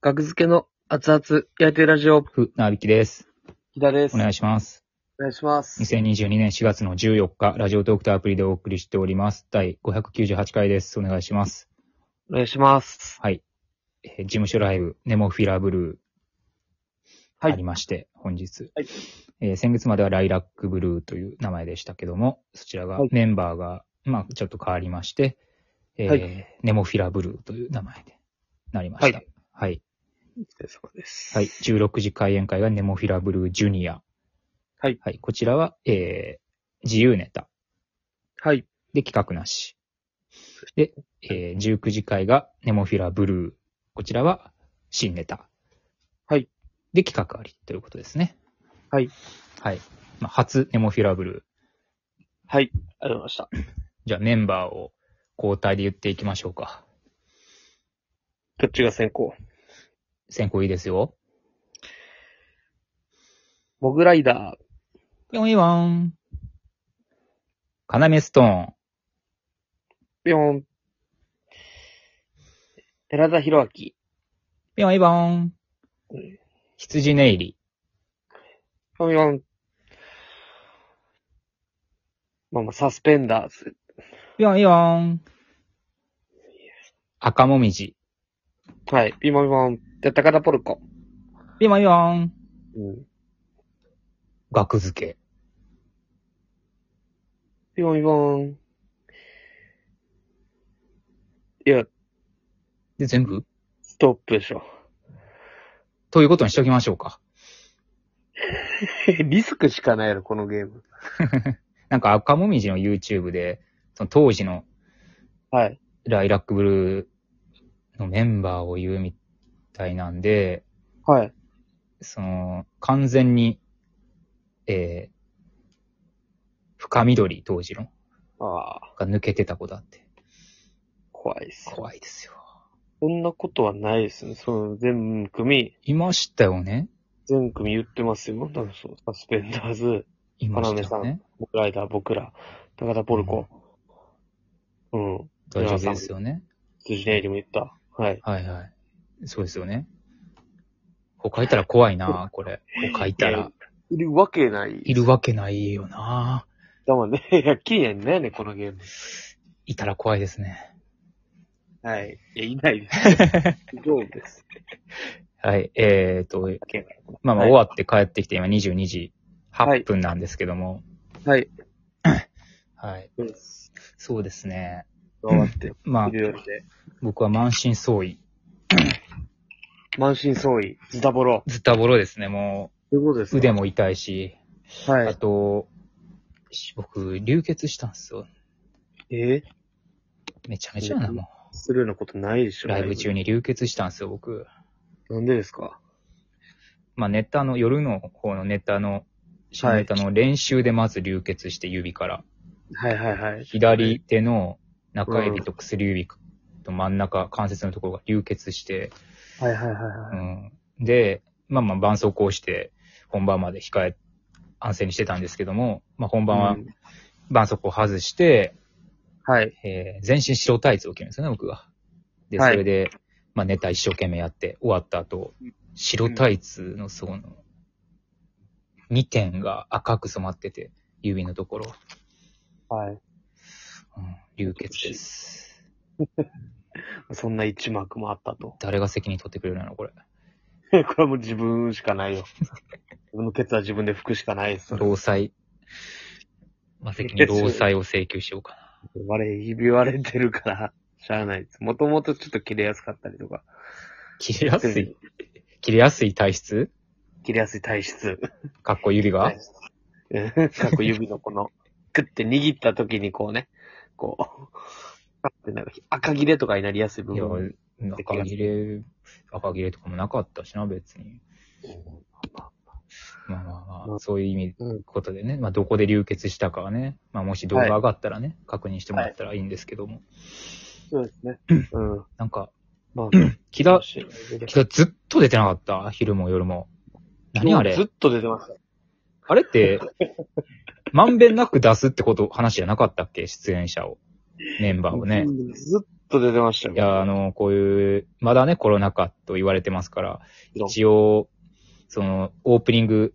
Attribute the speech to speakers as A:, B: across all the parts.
A: 学付けの熱々焼いてるラジオ、
B: ふ、なびきです。
A: 木田です。
B: お願いします。
A: お願いします。
B: 2022年4月の14日、ラジオトークとアプリでお送りしております。第598回です。お願いします。
A: お願いします。
B: はい。えー事務所ライブ、ネモフィラブルー、
A: はい
B: ありまして、本日、
A: はい
B: えー先月まではライラックブルーという名前でしたけども、そちらが、
A: はい
B: メンバーが、まあ、ちょっと変わりまして、えー
A: はい
B: ネモフィラブルーという名前でなりました。
A: は
B: はい
A: お疲れ様です。
B: はい。。16時開演会がネモフィラブルージュニア。
A: はい。
B: はい。こちらは、えー、自由ネタ。
A: はい。
B: で、企画なし。で、えー、19時会がネモフィラブルー。こちらは、新ネタ。
A: はい。
B: で、企画ありということですね。
A: はい。
B: はい。まあ、初ネモフィラブルー。
A: はい。ありがとうございました。
B: じゃあ、メンバーを交代で言っていきましょうか。
A: どっちが先行
B: 先行いいですよ。
A: モグライダー、
B: ぴょんいわん。カナメストーン。
A: ぴょん。寺田博明、
B: ぴょんいわん
A: うん。
B: 羊ネイリ。
A: ぴょんぴょん。まあまあ、サスペンダーズ、
B: ぴょんよん。赤もみじ。
A: はい。ピモンピモン。で、高田ポルコ。
B: ぴょんよん。
A: うん。
B: 額付け。
A: ピモンピモン。いや、
B: で、全部
A: ストップでしょ。
B: ということにしときましょうか。
A: リスクしかないやろ、このゲーム。
B: なんか赤もみじの YouTube で、その当時の
A: はい。
B: ライラックブルーのメンバーを言うみたいなんで、
A: はい。
B: その、完全に、えー、深緑当時の
A: ああ、
B: が抜けてた子だって。
A: 怖いっす。
B: 怖いですよ。
A: そんなことはないですね。その、全組、
B: いましたよね
A: 全組言ってますよ。だからそう、サスペンダーズ、
B: いましたよね。
A: モグライダー、僕ら、高田ポルコ。うん。
B: 大丈夫ですよね。
A: 辻ネイリも言った。はい。
B: はいはい。そうですよね。他いたら怖いな、これ。他いた
A: いや
B: ら。
A: いるわけない。
B: いるわけないよな。
A: だもんね。いや、期限ないね、このゲーム。
B: いたら怖いですね。
A: はい。いや、いない です。どうです。
B: はい。えー、と、
A: け
B: まあまあ
A: はい
B: 終わって帰ってきて、今22時
A: はい
B: 8分なんですけども。
A: はい。
B: はい。
A: そうです。
B: そうですね。
A: 頑張って、
B: まあ
A: い、るようで。
B: 僕は満身創痍。
A: 満身創痍、ズタボロ。
B: ズタボロですね。も
A: ということです
B: う、
A: か
B: 腕。も痛いし。
A: は
B: あ
A: い。
B: と、し僕、流血したんですよ。
A: えー、
B: めちゃめちゃやな、も
A: するようなことないでし
B: う。
A: ょ。
B: ライブ中に流血したんですよ、僕。
A: なんでですか
B: まあ、ネタの、夜の方のネタの、新ネタの練習でまず流血して指から、
A: はいはいはい。
B: 左手の中指と薬指と真ん中、関節のところが流血して、
A: はいはいはいは
B: う
A: い。
B: ん。で、まあまあ、絆創膏をして、本番まで控え、安静にしてたんですけども、まあ、本番は
A: うん
B: 絆創膏を外して、
A: はい。
B: えー全身白タイツを着るんですよね、僕が。で、そ
A: はい
B: れで、まあ、ネタ一生懸命やって、終わった後
A: うん、
B: 白タイツのその、2点が赤く染まってて、指のところ、
A: はい。
B: うん、流血です。
A: そんな一幕もあったと。
B: 誰が責任取ってくれるのやろこれ。
A: これはもう自分しかないよ。自分のケツは自分で拭くしかないです。
B: 労災。まあ、責任労災を請求しようかな。
A: 割れ、ひび割れてるから、しゃあないです。もともとちょっと切れやすかったりとか、
B: 切れやすい、切れやすい体質
A: 切れやすい体質。
B: かっこ指が、
A: うんかっこ指のこの、グッて握った時にこうね、こう、パッてなんか赤切れとかになりやすい部
B: いや
A: 分。、
B: 赤切れ、赤切れとかもなかったしな、別に。まあまあまあ、そういう意味、
A: うん
B: ことでね、まあどこで流血したかはね、まあもし動画上がったらね、確認してもらったらいいんですけども、
A: そうですね。うん。
B: なんか、
A: まあ、
B: 木田、
A: し
B: 木田ずっと出てなかった昼も夜も。何あ
A: ずっ
B: れ
A: と出てました。
B: あれって、まんべんなく出すってこと、話じゃなかったっけ出演者を。メンバーをね。
A: ずっと出てましたよ。
B: いや、あの、こういう、まだね、コロナ禍と言われてますから、
A: どう
B: 一応、その、オープニング、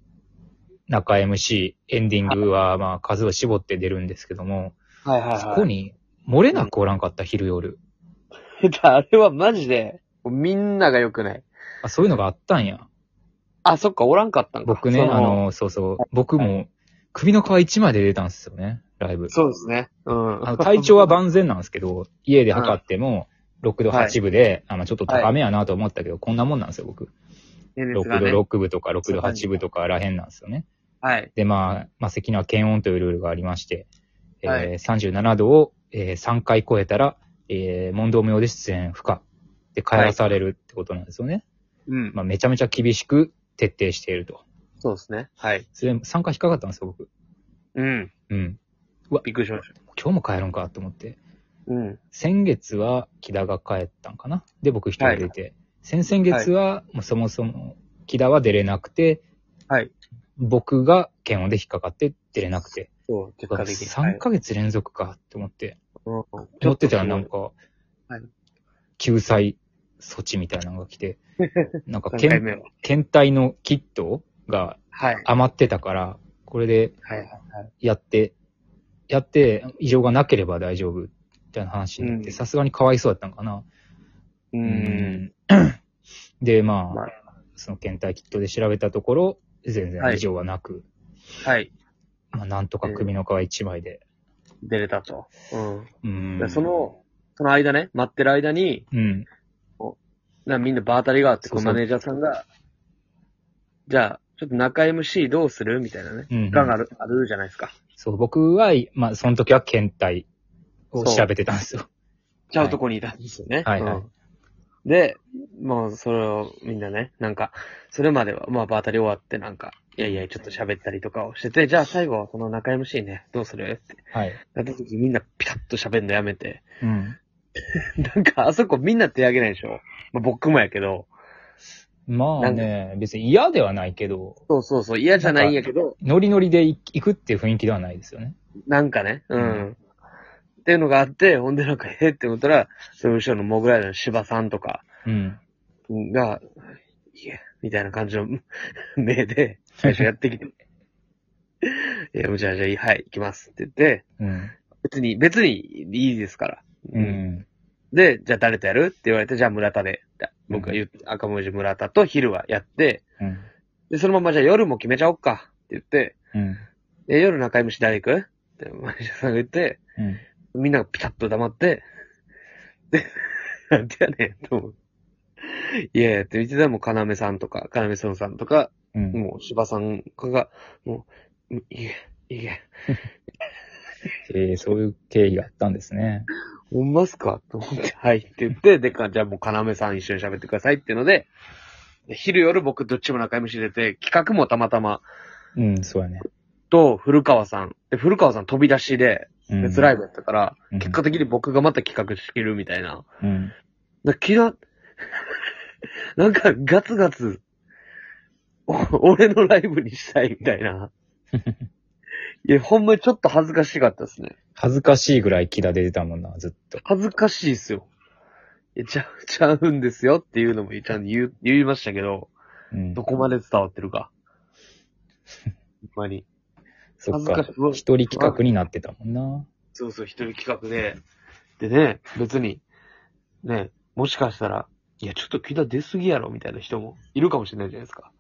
B: 中 MC、エンディングは、まあ、数を絞って出るんですけども、
A: はいはいはい。
B: そこに、漏れなくおらんかった、昼夜。
A: あれはマジで、みんなが良くない。
B: あ、そういうのがあったんや。
A: あ、そっか、おらんかったんか。
B: 僕ね、
A: そ
B: あ、の、そうそう、僕も、首の皮一枚で出たんですよね、ライブ。
A: そうですね。うん。
B: あの体調は万全なんですけど、家で測っても、6度8分で、あの、ちょっと高めやなと思ったけど、こんなもんなんですよ、僕。
A: ね熱が
B: 6
A: ね
B: 度6分とか6度8分とからへんなんですよね。
A: はい。
B: で、まあ、まあ、関には検温というルールがありまして、えー
A: はい
B: 37度を、えー3回超えたら、えー問答無用で出演不可。で、帰らされるってことなんですよね。
A: うん。
B: まあ、めちゃめちゃ厳しく徹底していると。
A: そうですね。はい。
B: それ、3回引っかかったんですよ、僕。
A: うん。
B: うん。
A: びっくりしました。
B: 今日も帰るんかと思って。
A: うん。
B: 先月は木田が帰ったんかなで、僕一人出て。先々月は、もうそもそも木田は出れなくて、
A: はい。
B: 僕が検温で引っかかって出れなくて。
A: そう、結果的に。
B: 3ヶ月連続かって思って。
A: はいうん
B: 思ってたらなんか
A: はい、
B: 救済措置みたいなのが来 て、なんか
A: 三回
B: 検
A: 目は。
B: 検体のキットが
A: はい。
B: 余ってたから、これで
A: はいはい
B: やって、やって異常がなければ大丈夫みたいな話になっ
A: う
B: て、
A: ん
B: さすがにかわいそうだったのかな。
A: う。。
B: うんで、ま
A: ま
B: あ、その検体キットで調べたところ、全然
A: はい
B: 異常はなく、
A: はい。
B: まあ、なんとか首の皮一枚で。
A: 出れたと。うん。
B: うん
A: でそ、の、その間ね、待ってる間に、
B: うん。
A: なみんな場当たりがあって、
B: そう
A: こ
B: そう
A: うマネージャーさんが、じゃあ、ちょっと中 MC どうするみたいなね。
B: うん、
A: がある、あるじゃないですか。
B: そう、僕は、まあ、その時は検体を調べてたんですよ。
A: ちゃうとこにいたんですよね。
B: はいはい
A: うんで、もうそれをみんなね、なんか、それまでは、まあ場当たり終わってなんか、いやいや、ちょっと喋ったりとかをしてて、じゃあ最後はこの中 MC ね、どうするって
B: はい。
A: なった時みんなピタッと喋るのやめて。
B: うん。
A: なんか、あそこみんな手挙げないでしょまあ僕もやけど。
B: まあね、別に嫌ではないけど、
A: そうそうそう、嫌じゃないんやけど、
B: ノリノリで行行くっていう雰囲気ではないですよね。
A: なんかね、う。
B: うん
A: っていうのがあって、ほんでなんか、えーって思ったら、その後ろのモグライダーの芝さんとか、
B: うん。
A: が、いえ、みたいな感じの 目で、最初やってきて、 いや、むちゃむちゃいい、はい、行きますって言って、
B: うん。
A: 別に、別にいいですから。
B: う。ん。
A: で、じゃあ誰とやるって言われて、じゃあ村田で、って僕が言って、赤文字村田と昼はやって、
B: うん。
A: で、そのままじゃあ夜も決めちゃおっかって言って、
B: うん。
A: で夜中居虫誰行くってマネージャーさんが言って、
B: うん。
A: みんながピタッと黙って、 で、なんてやねん、と思う。いやいや、って見てたらもう、かなめさんとか、かなめそんさんとか、
B: うん。
A: もう、芝さんが、もう、いけ、いけ、
B: えーそういう経緯があったんですね。
A: ほんますかと思って、はいって言って、でか、じゃあもう、かなめさん一緒に喋ってくださいっていうので、で昼夜僕どっちも仲良し出て、企画もたまたま、
B: うん、そうやね。
A: と、古川さん。で、古川さん飛び出しで、
B: うん
A: 別ライブやったから、
B: うん
A: 結果的に僕がまた企画してるみたいな。
B: うん。
A: な、気が、 なんかガツガツ、お俺のライブにしたいみたいな。いや、ほんまにちょっと恥ずかしかったですね。
B: 恥ずかしいぐらい木田出てたもんな、ずっと。
A: 恥ずかしいっすよ。いや、ちゃう、ちゃうんですよっていうのもちゃんと言う、言いましたけど、
B: うん
A: ど。こまで伝わってるか。ほんまに。
B: そっ
A: 恥ず
B: か
A: かし。い
B: 一人企画になってたもんな。
A: そうそう、一人企画で。でね、別に、ね、もしかしたら、いや、ちょっと気が出すぎやろ、みたいな人もいるかもしれないじゃないですか。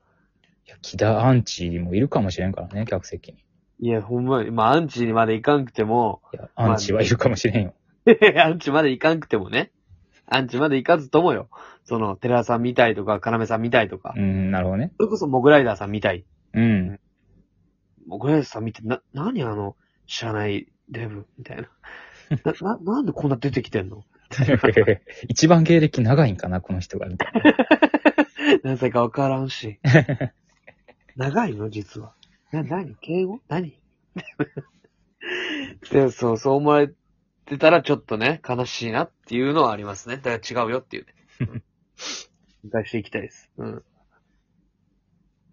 B: いや、木田アンチもいるかもしれんからね、客席に。
A: いや、ほんまに、まあ、アンチにまで行かんくても、
B: いや、アンチはいるかもしれんよ。
A: アンチまで行かんくてもね。アンチまで行かずともよ。その、寺田さん見たいとか、要さん見たいとか、
B: うん、なるほどね。
A: それこそモグライダーさん見たい。
B: うん。
A: モグライダーさん見て、な、なにあの、知らないデブ、み たいな。な、な、なんでこんな出てきてんの
B: 一番芸歴長いんかな、この人が。みたいな
A: 何歳かわからん し。長いの実は。な、なに敬語何 で、そう、そう思われてたらちょっとね、悲しいなっていうのはありますね。だから違うよ っていうね。うん返していきたいです。うん。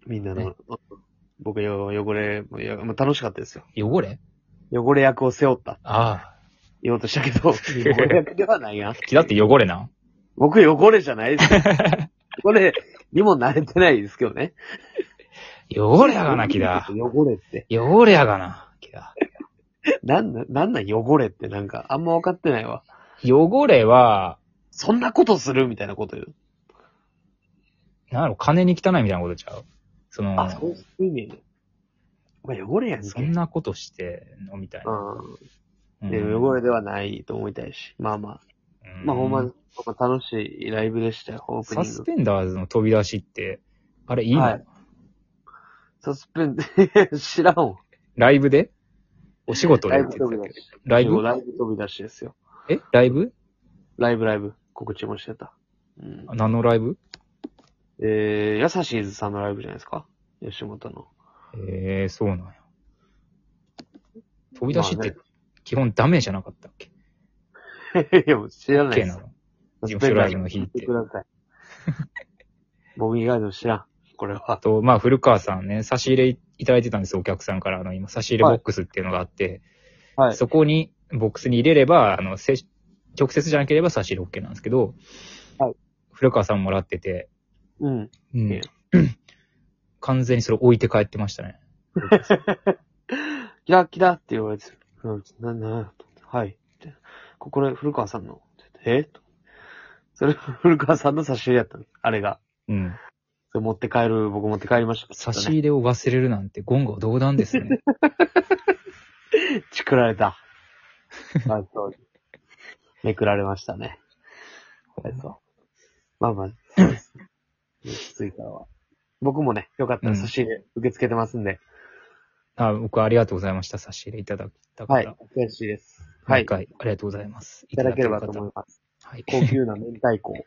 A: みんなの、
B: ね
A: 僕よ、汚れ、もうよもう楽しかったですよ。
B: 汚れ
A: 汚れ役を背負った。
B: ああ。
A: 言おうとしたけ ど、翻訳ではないやん。
B: 木だって汚れな。
A: 僕汚れじゃない ですよ。これにも慣れてないですけどね。
B: 汚れやがな、木だ。
A: 汚れって。
B: 汚れやがな、木だ。
A: なんな、なんなん汚れってなんか、あんま分かってないわ。
B: 汚れは、
A: そんなことするみたいなこと言う。
B: なんやろ、金に汚いみたいなことちゃうその、
A: あ、そういう意味ね。お前汚れやんけ。
B: そんなことしてんのみたいな。
A: うん。で、汚れではないと思いたいし。まあまあ。
B: うん
A: まあほんま、ほんま楽しいライブでしたよ、オープニ
B: サ
A: ン
B: ス
A: グ。
B: ペンダーズの飛び出しって、あれいいの、
A: はいサス ペン、知らんわ。
B: ライブでお仕事で
A: ラ
B: っ
A: イ
B: て
A: ブ
B: 言って
A: 飛び
B: たけ
A: 出
B: ど。
A: し。
B: ライ
A: でも
B: ブ
A: ライブ飛び出しですよ。
B: えライブ
A: ライブライブ、告知もしてた。うん。
B: 何のライブ
A: えー、やさしーずさんのライブじゃないですか吉本の。
B: ええー、そうなんや。飛び出しっ
A: まあ
B: て
A: ね
B: 基本ダメじゃなかったっけ、
A: いや、もう知らない
B: け
A: で
B: な
A: す。
B: の
A: サス
B: 事務
A: ペ
B: 所
A: ンダ
B: ラ
A: ー
B: イブの日
A: 聞
B: っ
A: いて
B: て
A: く。だ さい。僕以外の知らん。これは。
B: と、まあ、古川さんね、差し入れいただいてたんですよ、お客さんから。あの、今、差し入れボックスっていうのがあって、
A: はい。
B: そこに、ボックスに入れれば、あの、せ直接じゃなければ差し入れ OK なんですけど、
A: はい
B: 古川さんもらってて、
A: うん。
B: う
A: いい
B: ん
A: よ、
B: 完全にそれ置いて帰ってましたね。
A: いや、キだって言われてる。うんな、な、はい。ってここれ、古川さんの。えとそれ、古川さんの差し入れやったの。あれが。
B: うん。
A: それ持って帰る、僕持って帰りました。
B: 差し
A: れ
B: 入れを忘れるなんて言語道断です ね。
A: ちくられ た。まあ、そう。めくられましたね。
B: ほんま
A: まあまあ、 そうですね。きついからは。僕もね、よかった
B: う
A: ら
B: ん
A: 差し入れ受け付けてますんで。
B: あ僕ありがとうございました。差し入れいただいた方。
A: はい。嬉しいです。は
B: 毎
A: い。
B: 回ありがとうございます。い
A: いただければと
B: ただ
A: 思い
B: け
A: ます。
B: る方はい。
A: 高級な明太子を